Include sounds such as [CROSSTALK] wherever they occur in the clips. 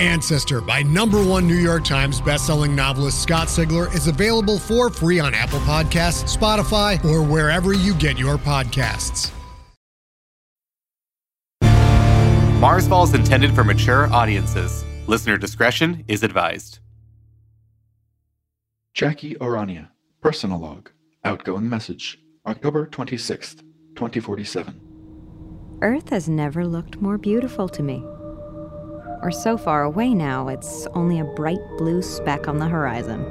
Ancestor by number one New York Times bestselling novelist Scott Sigler is available for free on Apple Podcasts, Spotify, or wherever you get your podcasts. Mars Falls intended for mature audiences. Listener discretion is advised. Jackie Orania, personal log, outgoing message, October 26th, 2047. Earth has never looked more beautiful to me. Or so far away now, it's only a bright blue speck on the horizon.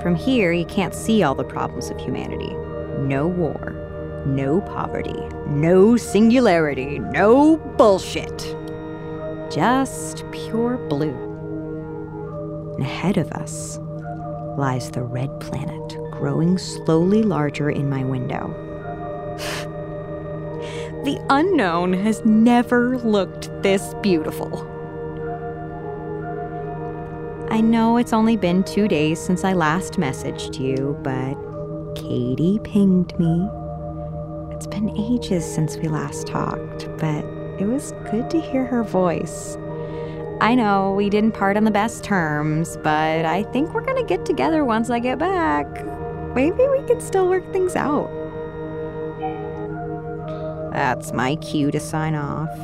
From here, you can't see all the problems of humanity no war, no poverty, no singularity, no bullshit. Just pure blue. And ahead of us lies the red planet, growing slowly larger in my window. The unknown has never looked this beautiful. I know it's only been two days since I last messaged you, but Katie pinged me. It's been ages since we last talked, but it was good to hear her voice. I know we didn't part on the best terms, but I think we're gonna get together once I get back. Maybe we can still work things out. That's my cue to sign off.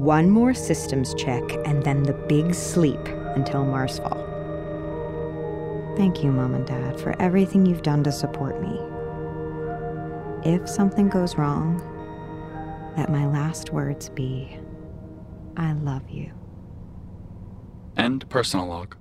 One more systems check and then the big sleep until Marsfall. Thank you, Mom and Dad, for everything you've done to support me. If something goes wrong, let my last words be I love you. End personal log.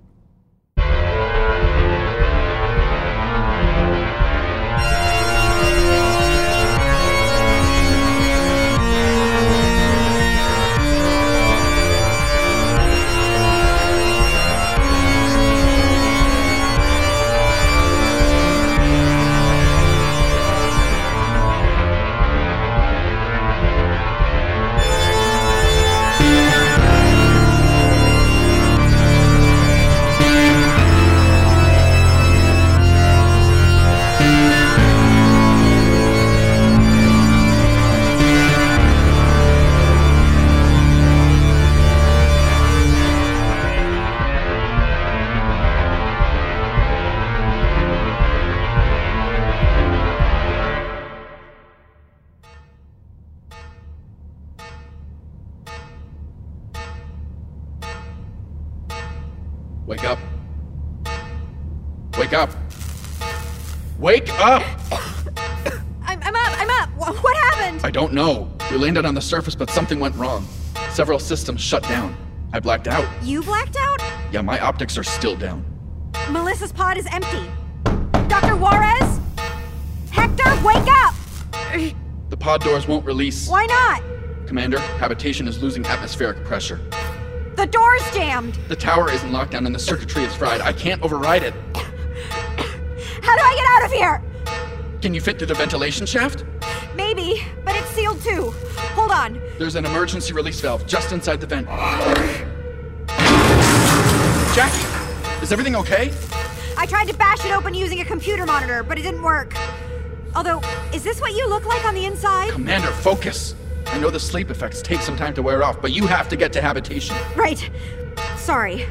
Wake up. Wake up. Wake up! I'm, I'm up, I'm up. Wha- What happened? I don't know. We landed on the surface, but something went wrong. Several systems shut down. I blacked out. You blacked out? Yeah, my optics are still down. Melissa's pod is empty. Dr. Juarez? Hector, wake up! The pod doors won't release. Why not? Commander, habitation is losing atmospheric pressure. The door's jammed. The tower is in lockdown and the circuitry is fried. I can't override it. How do I get out of here? Can you fit through the ventilation shaft? Maybe, but it's sealed too. Hold on. There's an emergency release valve just inside the vent. Jackie, is everything okay? I tried to bash it open using a computer monitor, but it didn't work. Although, is this what you look like on the inside? Commander, focus. I know the sleep effects take some time to wear off, but you have to get to habitation. Right. Sorry.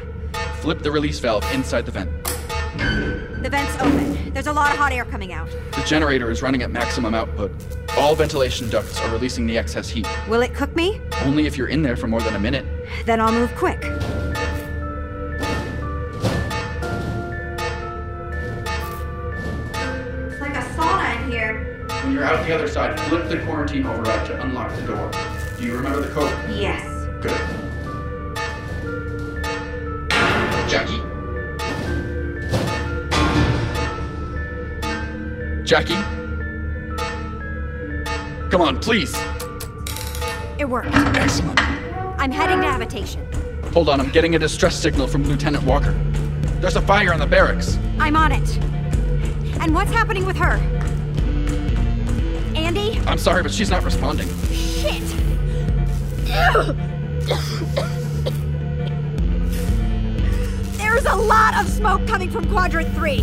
Flip the release valve inside the vent. The vent's open. There's a lot of hot air coming out. The generator is running at maximum output. All ventilation ducts are releasing the excess heat, Will it cook me? only if you're in there for more than a minute. Then I'll move quick. It's like a sauna in here. When you're out the other side, flip the quarantine override to unlock the door. Do you remember the code? Yes. Good. Jackie. Jackie? Come on, please. It worked. Excellent. I'm heading to habitation. Hold on, I'm getting a distress signal from Lieutenant Walker. There's a fire in the barracks. I'm on it. And what's happening with her? Andy? I'm sorry, but she's not responding. Shit! There's a lot of smoke coming from Quadrant 3.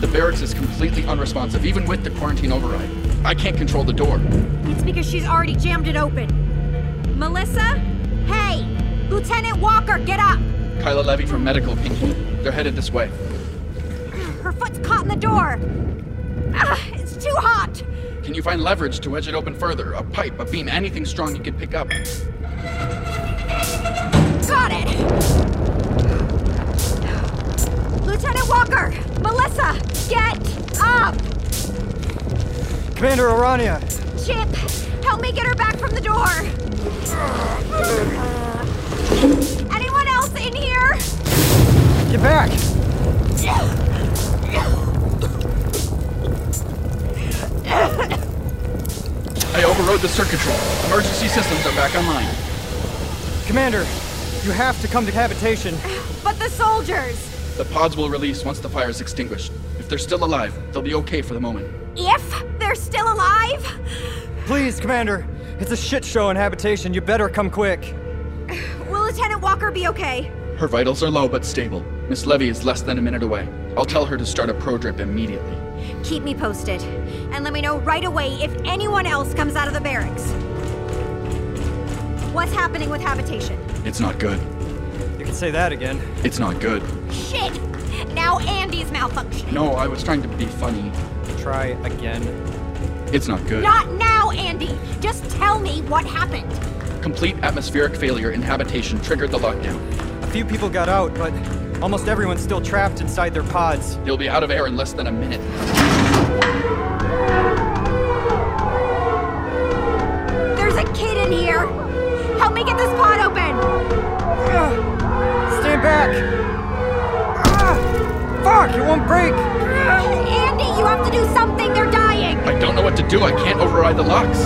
The barracks is completely unresponsive, even with the quarantine override. I can't control the door. It's because she's already jammed it open. Melissa? Hey! Lieutenant Walker, get up! Kyla Levy from Medical Pinky. They're headed this way. Her foot's caught in the door. Ah, it's too hot! Can you find leverage to wedge it open further? A pipe, a beam, anything strong you can pick up. Got it! Lieutenant Walker! Melissa! Get up! Commander Arania! Chip! Help me get her back from the door! Uh, Anyone else in here? Get back! I overrode the circuitry. Emergency systems are back online. Commander, you have to come to habitation. But the soldiers! The pods will release once the fire is extinguished. If they're still alive, they'll be okay for the moment. If they're still alive? Please, Commander! It's a shit show in habitation. You better come quick. Will Lieutenant Walker be okay? Her vitals are low but stable. Miss Levy is less than a minute away. I'll tell her to start a pro drip immediately. Keep me posted. And let me know right away if anyone else comes out of the barracks. What's happening with habitation? It's not good. You can say that again. It's not good. Shit! Now Andy's malfunctioning. No, I was trying to be funny. Try again. It's not good. Not now, Andy! Just tell me what happened. Complete atmospheric failure in habitation triggered the lockdown. A few people got out, but almost everyone's still trapped inside their pods. They'll be out of air in less than a minute. There's a kid in here! Help me get this pod open! Stand back! Ah, fuck! It won't break! Andy, you have to do something! They're dying! I don't know what to do. I can't override the locks.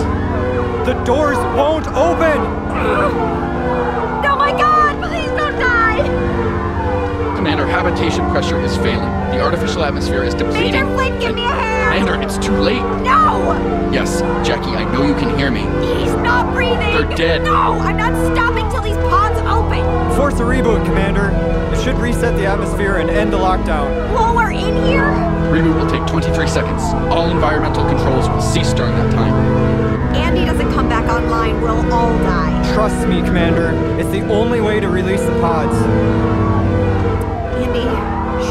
The doors won't open! Oh my god! Please don't die! Commander, habitation pressure is failing. The artificial atmosphere is Major depleting. Flint, give me a hand! Commander, it's too late. No! Yes, Jackie, I know you can hear me. He's not breathing! They're dead. No! I'm not stopping till these pods open! Force a reboot, Commander. It should reset the atmosphere and end the lockdown. While we're in here, Reboot will take 23 seconds. All environmental controls will cease during that time. Andy doesn't come back online, we'll all die. Trust me, Commander. It's the only way to release the pods. Andy,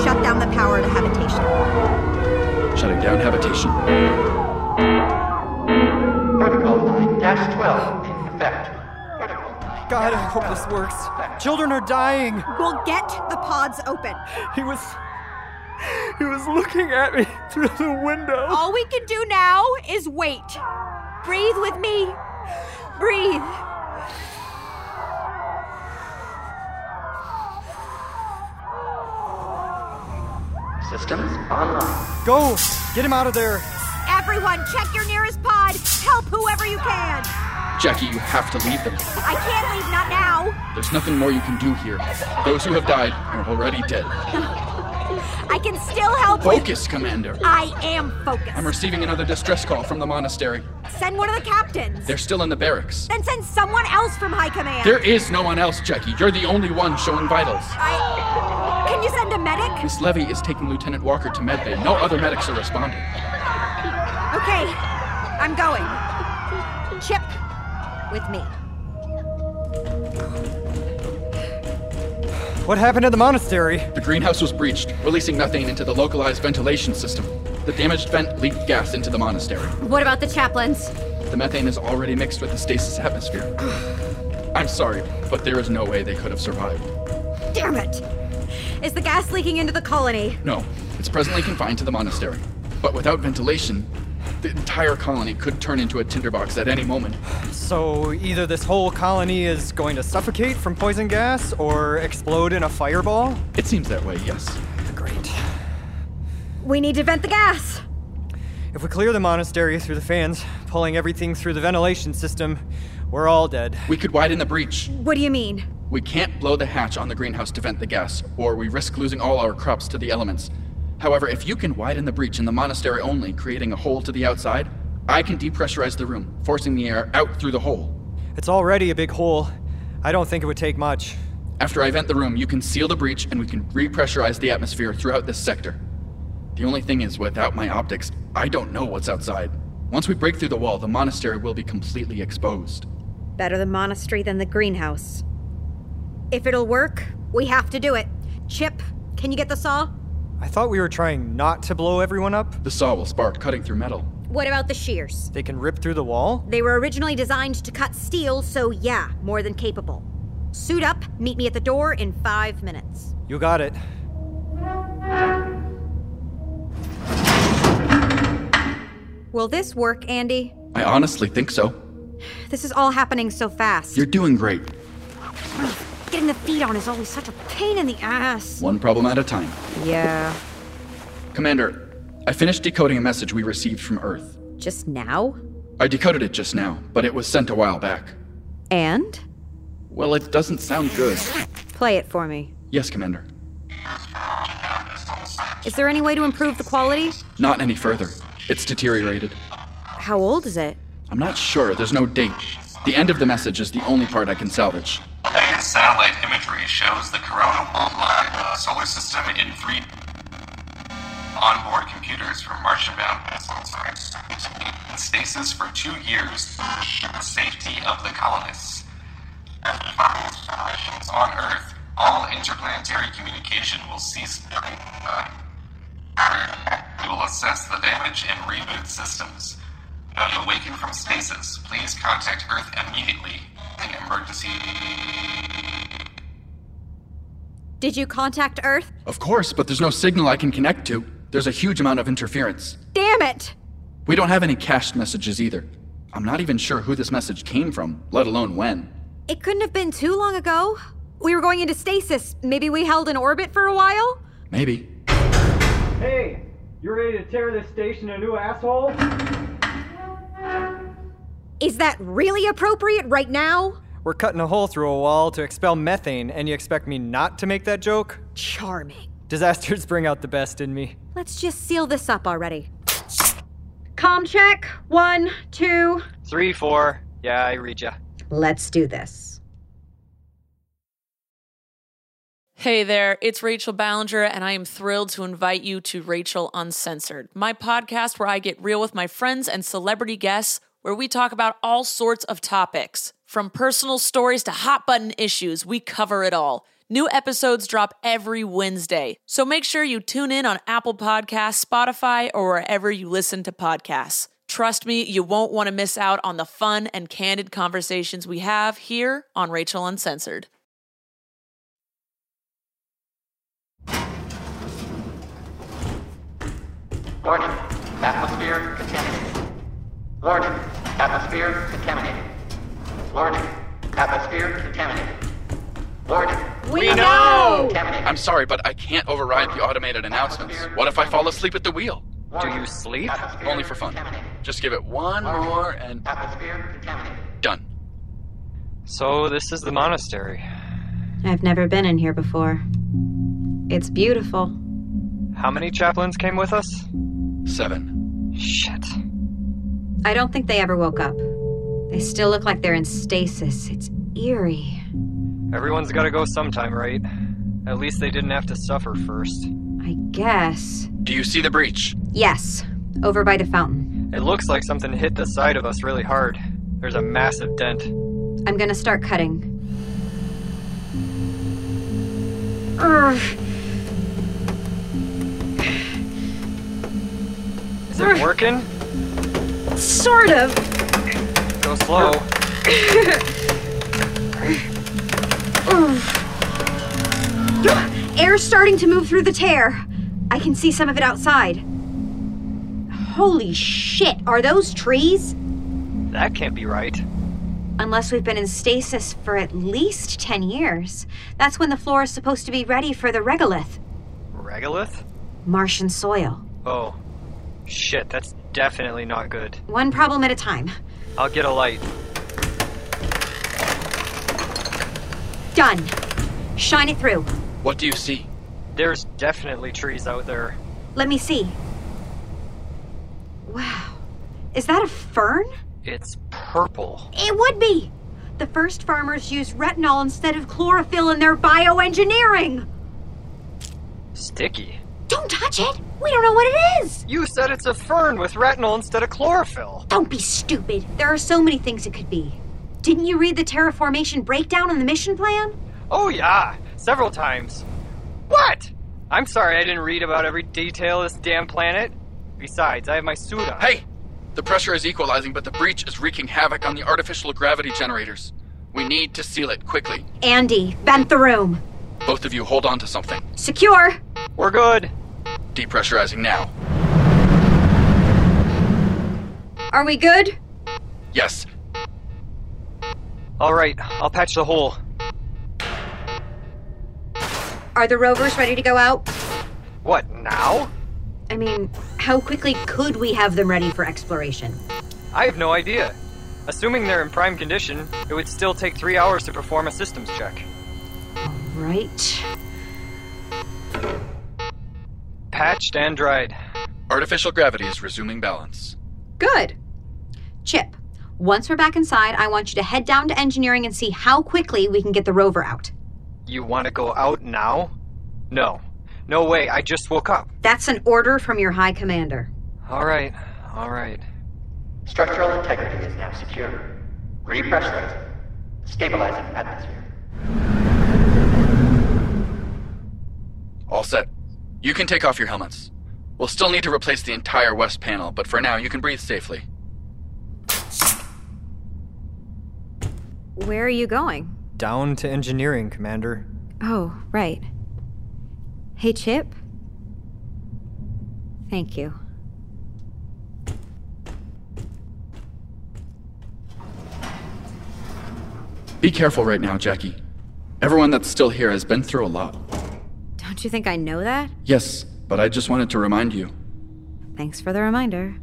shut down the power to habitation. Shutting down habitation. Protocol 9-12 in effect. Protocol 9. God, I hope this works. Children are dying. We'll get the pods open. He was. He was looking at me [LAUGHS] through the window. All we can do now is wait. Breathe with me. Breathe. Systems online. Go! Get him out of there. Everyone, check your nearest pod. Help whoever you can. Jackie, you have to leave them. I can't leave, not now. There's nothing more you can do here. Those who have died are already dead. I can still help. with- Focus, Commander. I am I'm focused. receiving another distress call from the monastery. Send one of the captains. They're still in the barracks. Then send someone else from high command. There is no one else, Jackie. You're the only one showing vitals. I. Can you send a medic? Miss Levy is taking Lieutenant Walker to medbay. No other medics are responding. Okay, I'm going. Chip, with me. What happened at the monastery? The greenhouse was breached, releasing methane into the localized ventilation system. The damaged vent leaked gas into the monastery. What about the chaplains? The methane is already mixed with the stasis atmosphere. [SIGHS] I'm sorry, but there is no way they could have survived. Damn it! Is the gas leaking into the colony? No, it's presently confined to the monastery. But without ventilation, the entire colony could turn into a tinderbox at any moment. So either this whole colony is going to suffocate from poison gas or explode in a fireball? It seems that way, yes. Great. We need to vent the gas! If we clear the monastery through the fans, pulling everything through the ventilation system, we're all dead. We could widen the breach. What do you mean? We can't blow the hatch on the greenhouse to vent the gas, or we risk losing all our crops to the elements. However, if you can widen the breach in the monastery only, creating a hole to the outside, I can depressurize the room, forcing the air out through the hole. It's already a big hole. I don't think it would take much. After I vent the room, you can seal the breach and we can repressurize the atmosphere throughout this sector. The only thing is, without my optics, I don't know what's outside. Once we break through the wall, the monastery will be completely exposed. Better the monastery than the greenhouse. If it'll work, we have to do it. Chip, can you get the saw? I thought we were trying not to blow everyone up. The saw will spark, cutting through metal. What about the shears? They can rip through the wall? They were originally designed to cut steel, so yeah, more than capable. Suit up, meet me at the door in five minutes. You got it. Will this work, Andy? I honestly think so. This is all happening so fast. You're doing great. Getting the feet on is always such a pain in the ass. One problem at a time. Yeah. Commander, I finished decoding a message we received from Earth. Just now? I decoded it just now, but it was sent a while back. And? Well, it doesn't sound good. Play it for me. Yes, Commander. Is there any way to improve the quality? Not any further. It's deteriorated. How old is it? I'm not sure, there's no date. The end of the message is the only part I can salvage. Advanced satellite imagery shows the corona worldwide uh, solar system in three onboard computers from Martian-bound vessels in stasis for two years to ensure the safety of the colonists. After five generations on Earth, all interplanetary communication will cease during the time. We will assess the damage and reboot systems. When you awaken from stasis, please contact Earth immediately. An emergency Did you contact Earth? Of course, but there's no signal I can connect to. There's a huge amount of interference. Damn it! We don't have any cached messages either. I'm not even sure who this message came from, let alone when. It couldn't have been too long ago. We were going into stasis. Maybe we held in orbit for a while? Maybe. Hey, you ready to tear this station a new asshole? Is that really appropriate right now? We're cutting a hole through a wall to expel methane, and you expect me not to make that joke? Charming. Disasters bring out the best in me. Let's just seal this up already. Com check. One, two. Three, four. Yeah, I read ya. Let's do this. Hey there, it's Rachel Ballinger, and I am thrilled to invite you to Rachel Uncensored, my podcast where I get real with my friends and celebrity guests, where we talk about all sorts of topics. From personal stories to hot button issues, we cover it all. New episodes drop every Wednesday, so make sure you tune in on Apple Podcasts, Spotify, or wherever you listen to podcasts. Trust me, you won't want to miss out on the fun and candid conversations we have here on Rachel Uncensored. Warning, atmosphere contaminated. Warning, atmosphere contaminated. Warning, atmosphere contaminated. Warning. We know! Contaminated. I'm sorry, but I can't override the automated announcements. What if I fall asleep at the wheel? Do you sleep? Atmosphere Only for fun. contaminated. Just give it one Warning. more and Atmosphere contaminated. done. So this is the monastery. I've never been in here before. It's beautiful. How many chaplains came with us? Seven. Shit. I don't think they ever woke up. They still look like they're in stasis. It's eerie. Everyone's gotta go sometime, right? At least they didn't have to suffer first. I guess. Do you see the breach? Yes, over by the fountain. It looks like something hit the side of us really hard. There's a massive dent. I'm gonna start cutting. Urgh. Is it working? Sort of. Go slow. [GASPS] Air's starting to move through the tear. I can see some of it outside. Holy shit, are those trees? That can't be right. Unless we've been in stasis for at least 10 years. That's when the floor is supposed to be ready for the regolith. Regolith? Martian soil. Oh. Shit, that's definitely not good. One problem at a time. I'll get a light. Done. Shine it through. What do you see? There's definitely trees out there. Let me see. Wow. Is that a fern? It's purple. It would be. The first farmers used retinol instead of chlorophyll in their bioengineering. Sticky. Don't touch it. We don't know what it is. You said it's a fern with retinol instead of chlorophyll. Don't be stupid. There are so many things it could be. Didn't you read the terraformation breakdown in the mission plan? Oh, yeah, several times. What? I'm sorry I didn't read about every detail of this damn planet. Besides, I have my suit on. Hey! The pressure is equalizing, but the breach is wreaking havoc on the artificial gravity generators. We need to seal it quickly. Andy, vent the room. Both of you hold on to something. Secure. We're good. Depressurizing now. Are we good? Yes. Alright, I'll patch the hole. Are the rovers ready to go out? What, now? I mean, how quickly could we have them ready for exploration? I have no idea. Assuming they're in prime condition, it would still take three hours to perform a systems check. Right. Patched and dried. Artificial gravity is resuming balance. Good. Chip, Once we're back inside, I want you to head down to engineering and see how quickly we can get the rover out. You want to go out now? No. No way, I just woke up. That's an order from your high commander. Alright, alright. Structural integrity is now secure. Repressurizing. Stabilizing atmosphere. All set. You can take off your helmets. We'll still need to replace the entire west panel, but for now you can breathe safely. Where are you going? Down to engineering, Commander. Oh, right. Hey, Chip. Thank you. Be careful right now, Jackie. Everyone that's still here has been through a lot. Don't you think I know that? Yes, but I just wanted to remind you Thanks for the reminder.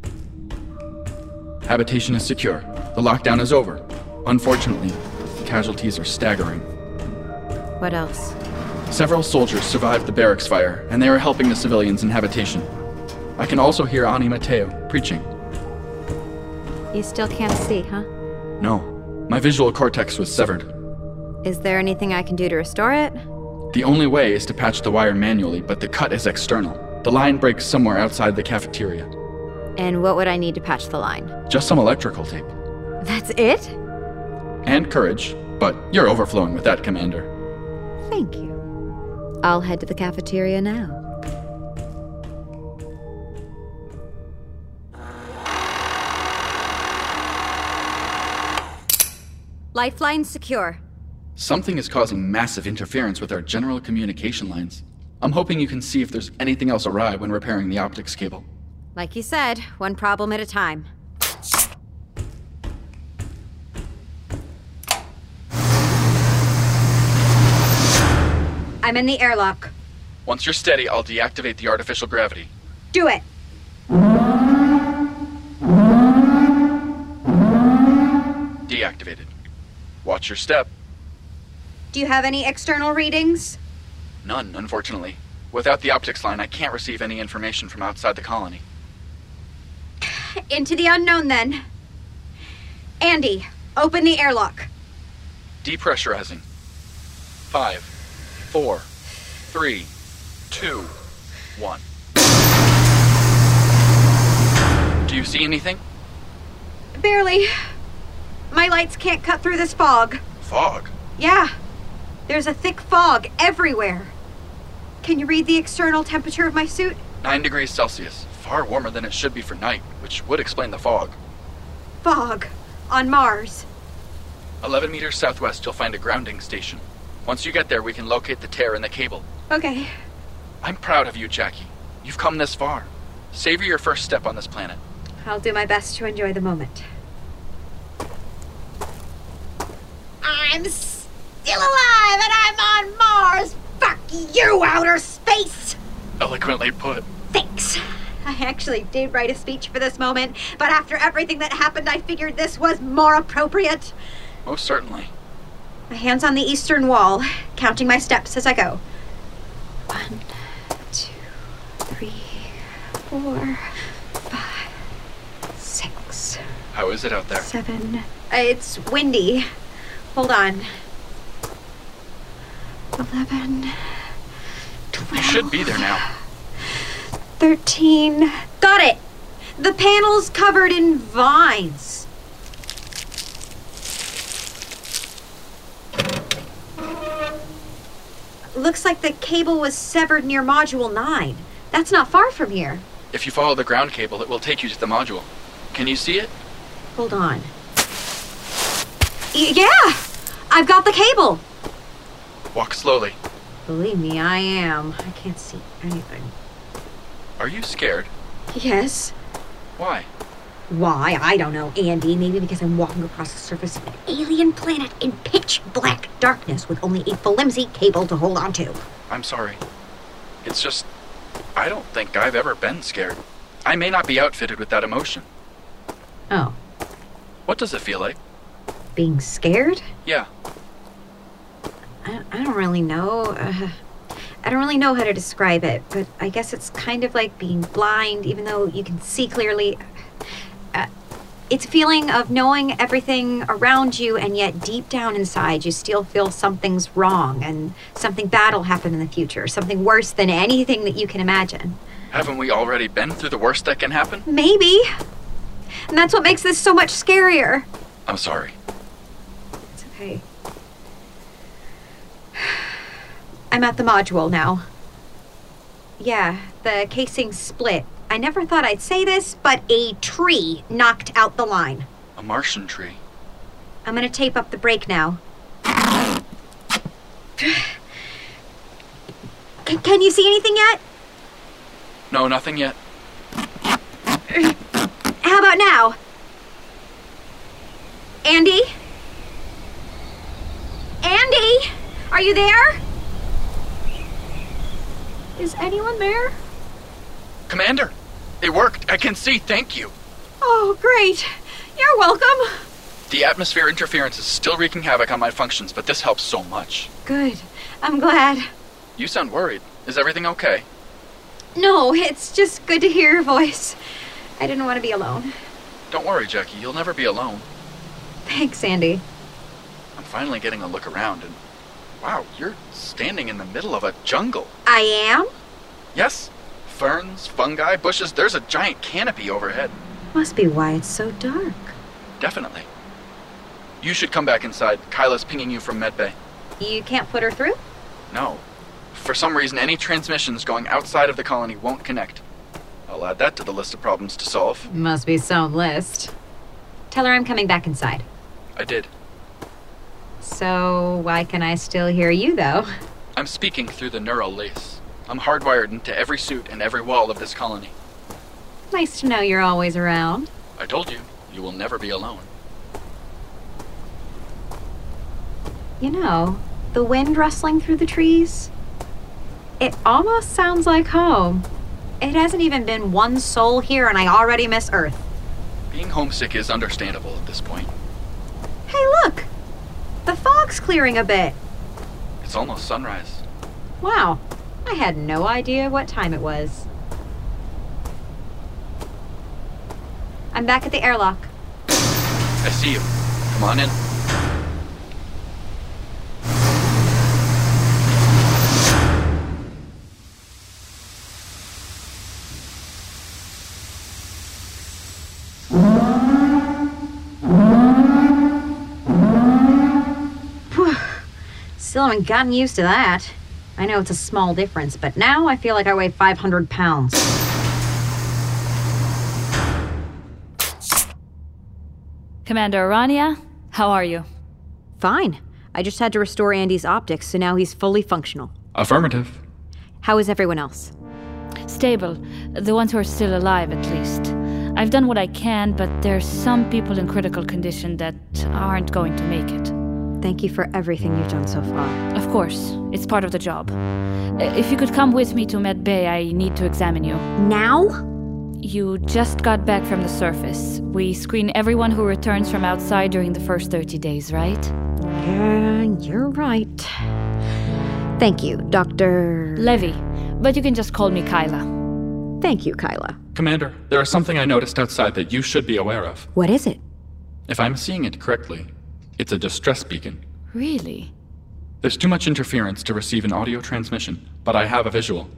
habitation is secure. The lockdown is over. Unfortunately, casualties are staggering. What else? Several soldiers survived the barracks fire, and they are helping the civilians in habitation. I can also hear Ani Mateo preaching. You still can't see, huh? No, my visual cortex was severed. Is there anything I can do to restore it? The only way is to patch the wire manually, but the cut is external. The line breaks somewhere outside the cafeteria. And what would I need to patch the line? Just some electrical tape. That's it? And courage, but you're overflowing with that, Commander. Thank you. I'll head to the cafeteria now. lifeline secure. Something is causing massive interference with our general communication lines. I'm hoping you can see if there's anything else awry when repairing the optics cable. Like you said, one problem at a time. I'm in the airlock. Once you're steady, I'll deactivate the artificial gravity. Do it. Deactivated. Watch your step. Do you have any external readings? None, unfortunately. Without the optics line, I can't receive any information from outside the colony. Into the unknown then. Andy, open the airlock. Depressurizing. Five, four, three, two, one. Do you see anything? Barely. My lights can't cut through this fog. Fog. Yeah, there's a thick fog everywhere. Can you read the external temperature of my suit? Nine degrees Celsius. Far warmer than it should be for night, which would explain the fog. Fog on Mars. 11 meters southwest, you'll find a grounding station. Once you get there, we can locate the tear in the cable. Okay. I'm proud of you, Jackie. You've come this far. Savor your first step on this planet. I'll do my best to enjoy the moment. I'm still alive and I'm on Mars! Fuck you, outer space! Eloquently put. Thanks. I actually did write a speech for this moment, but after everything that happened, I figured this was more appropriate. Most certainly. My hands on the eastern wall, counting my steps as I go. One, two, three, four, five, six, How is it out there? seven. Uh, It's windy. Hold on. Eleven, You should be there now. thirteen. Got it! The panel's covered in vines. Looks like the cable was severed near Module 9. That's not far from here. If you follow the ground cable, it will take you to the module. Can you see it? Hold on. Y- yeah! I've got the cable! Walk slowly. Believe me, I am. I can't see anything. Are you scared? Yes. Why? Why? I don't know, Andy. Maybe because I'm walking across the surface of an alien planet in pitch black darkness with only a flimsy cable to hold on to. I'm sorry. It's just. I don't think I've ever been scared. I may not be outfitted with that emotion. Oh. What does it feel like? Being scared? Yeah. I, I don't really know. [SIGHS] Uh, I don't really know how to describe it, but I guess it's kind of like being blind, even though you can see clearly. Uh, it's a feeling of knowing everything around you, and yet deep down inside, you still feel something's wrong and something bad will happen in the future, something worse than anything that you can imagine. Haven't we already been through the worst that can happen? Maybe. And that's what makes this so much scarier. I'm sorry. It's okay. [SIGHS] I'm at the module now. Yeah, the casing split. I never thought I'd say this, but a tree knocked out the line. A Martian tree. I'm gonna tape up the break now. [SIGHS] C- can you see anything yet? No, nothing yet. How about now? Andy? Andy? Are you there? Is anyone there? Commander! It worked! I can see, thank you! Oh, great. You're welcome. The atmosphere interference is still wreaking havoc on my functions, but this helps so much. Good. I'm glad. You sound worried. Is everything okay? No, it's just good to hear your voice. I didn't want to be alone. Don't worry, Jackie. You'll never be alone. Thanks, Andy. I'm finally getting a look around, and wow, you're standing in the middle of a jungle. I am? Yes? Ferns, fungi, bushes, there's a giant canopy overhead. Must be why it's so dark. Definitely. You should come back inside. Kyla's pinging you from medbay. You can't put her through? No. For some reason, any transmissions going outside of the colony won't connect. I'll add that to the list of problems to solve. Must be some list. Tell her I'm coming back inside. I did. So, why can I still hear you, though? I'm speaking through the neural lace. I'm hardwired into every suit and every wall of this colony. Nice to know you're always around. I told you, you will never be alone. You know, the wind rustling through the trees? It almost sounds like home. It hasn't even been one soul here, and I already miss Earth. Being homesick is understandable at this point. Hey, look! The fog's clearing a bit. It's almost sunrise. Wow, I had no idea what time it was. I'm back at the airlock. I see you. Come on in. Still haven't gotten used to that. I know it's a small difference, but now I feel like I weigh 500 pounds. Commander Arania, how are you? Fine. I just had to restore Andy's optics, so now he's fully functional. Affirmative. How is everyone else? Stable. The ones who are still alive, at least. I've done what I can, but there's some people in critical condition that aren't going to make it. Thank you for everything you've done so far. Of course, it's part of the job. I- If you could come with me to Med Bay, I need to examine you. Now? You just got back from the surface. We screen everyone who returns from outside during the first 30 days, right? Yeah, you're right. Thank you, Dr. Levy, but you can just call me Kyla. Thank you, Kyla. Commander, there is something I noticed outside that you should be aware of. What is it? If I'm seeing it correctly, it's a distress beacon. Really? There's too much interference to receive an audio transmission, but I have a visual.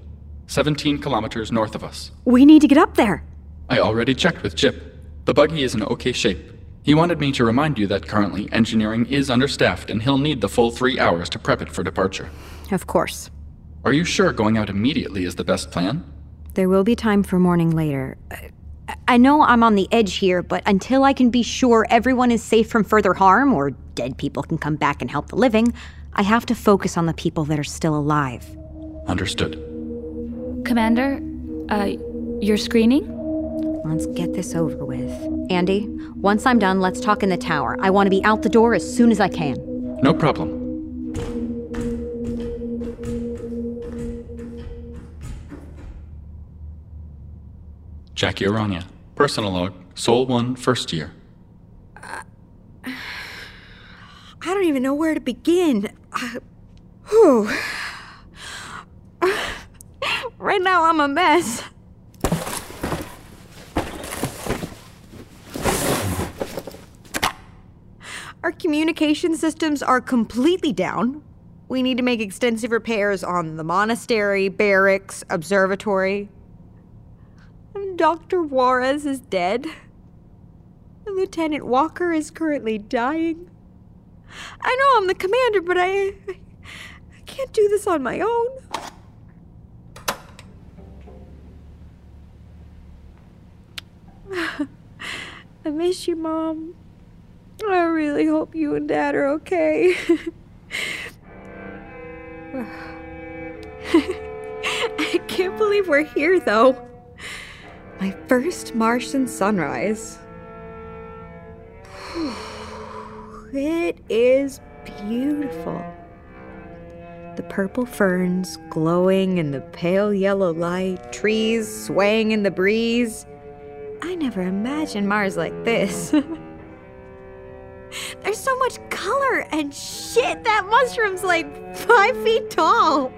17 kilometers north of us. We need to get up there. I already checked with Chip. The buggy is in okay shape. He wanted me to remind you that currently engineering is understaffed and he'll need the full three hours to prep it for departure. Of course. Are you sure going out immediately is the best plan? There will be time for morning later. I- I know I'm on the edge here, but until I can be sure everyone is safe from further harm or dead people can come back and help the living, I have to focus on the people that are still alive. Understood. Commander, uh, you're screening? Let's get this over with. Andy, once I'm done, let's talk in the tower. I want to be out the door as soon as I can. No problem. Jackie Aranya, personal log, Soul 1, first year. I don't even know where to begin. I- Whew. right now, I'm a mess. Our communication systems are completely down. We need to make extensive repairs on the monastery, barracks, observatory. And Dr. Juarez is dead. And Lieutenant Walker is currently dying. I know I'm the commander, but I, I can't do this on my own. [SIGHS] I miss you, Mom. I really hope you and Dad are okay. [LAUGHS] [LAUGHS] I can't believe we're here, though. My first Martian sunrise. [SIGHS] It is beautiful. The purple ferns glowing in the pale yellow light, trees swaying in the breeze. I never imagined Mars like this. [LAUGHS] There's so much color, and shit, that mushroom's like five feet tall.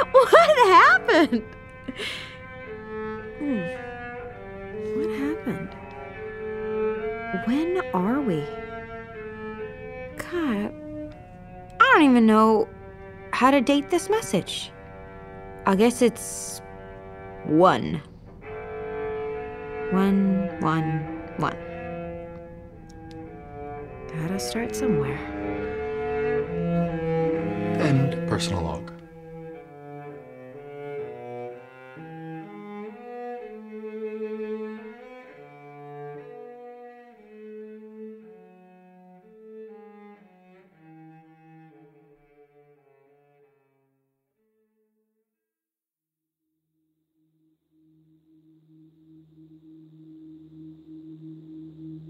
[LAUGHS] What happened? Hmm. What happened? When are we? God, I don't even know how to date this message. I guess it's one. One, one, one. Gotta start somewhere. End personal log.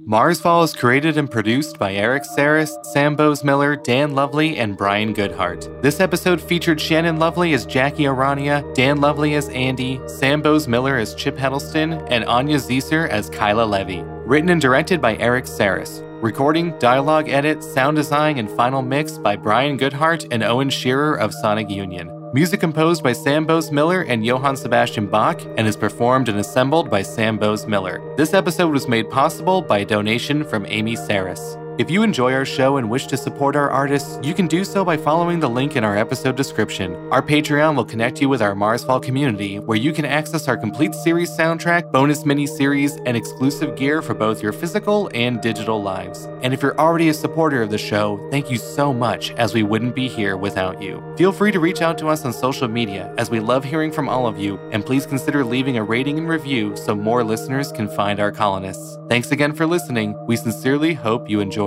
Marsfall is created and produced by Eric Saris, Sam Bose Miller, Dan Lovely, and Brian Goodhart. This episode featured Shannon Lovely as Jackie Arania, Dan Lovely as Andy, Sam Bose Miller as Chip Heddleston, and Anya Zieser as Kyla Levy. Written and directed by Eric Saris. Recording, dialogue edit, sound design, and final mix by Brian Goodhart and Owen Shearer of Sonic Union. Music composed by Sam Bose Miller and Johann Sebastian Bach and is performed and assembled by Sam Bose Miller. This episode was made possible by a donation from Amy Saris. If you enjoy our show and wish to support our artists, you can do so by following the link in our episode description. Our Patreon will connect you with our Marsfall community, where you can access our complete series soundtrack, bonus mini series, and exclusive gear for both your physical and digital lives. And if you're already a supporter of the show, thank you so much, as we wouldn't be here without you. Feel free to reach out to us on social media, as we love hearing from all of you, and please consider leaving a rating and review so more listeners can find our colonists. Thanks again for listening. We sincerely hope you enjoyed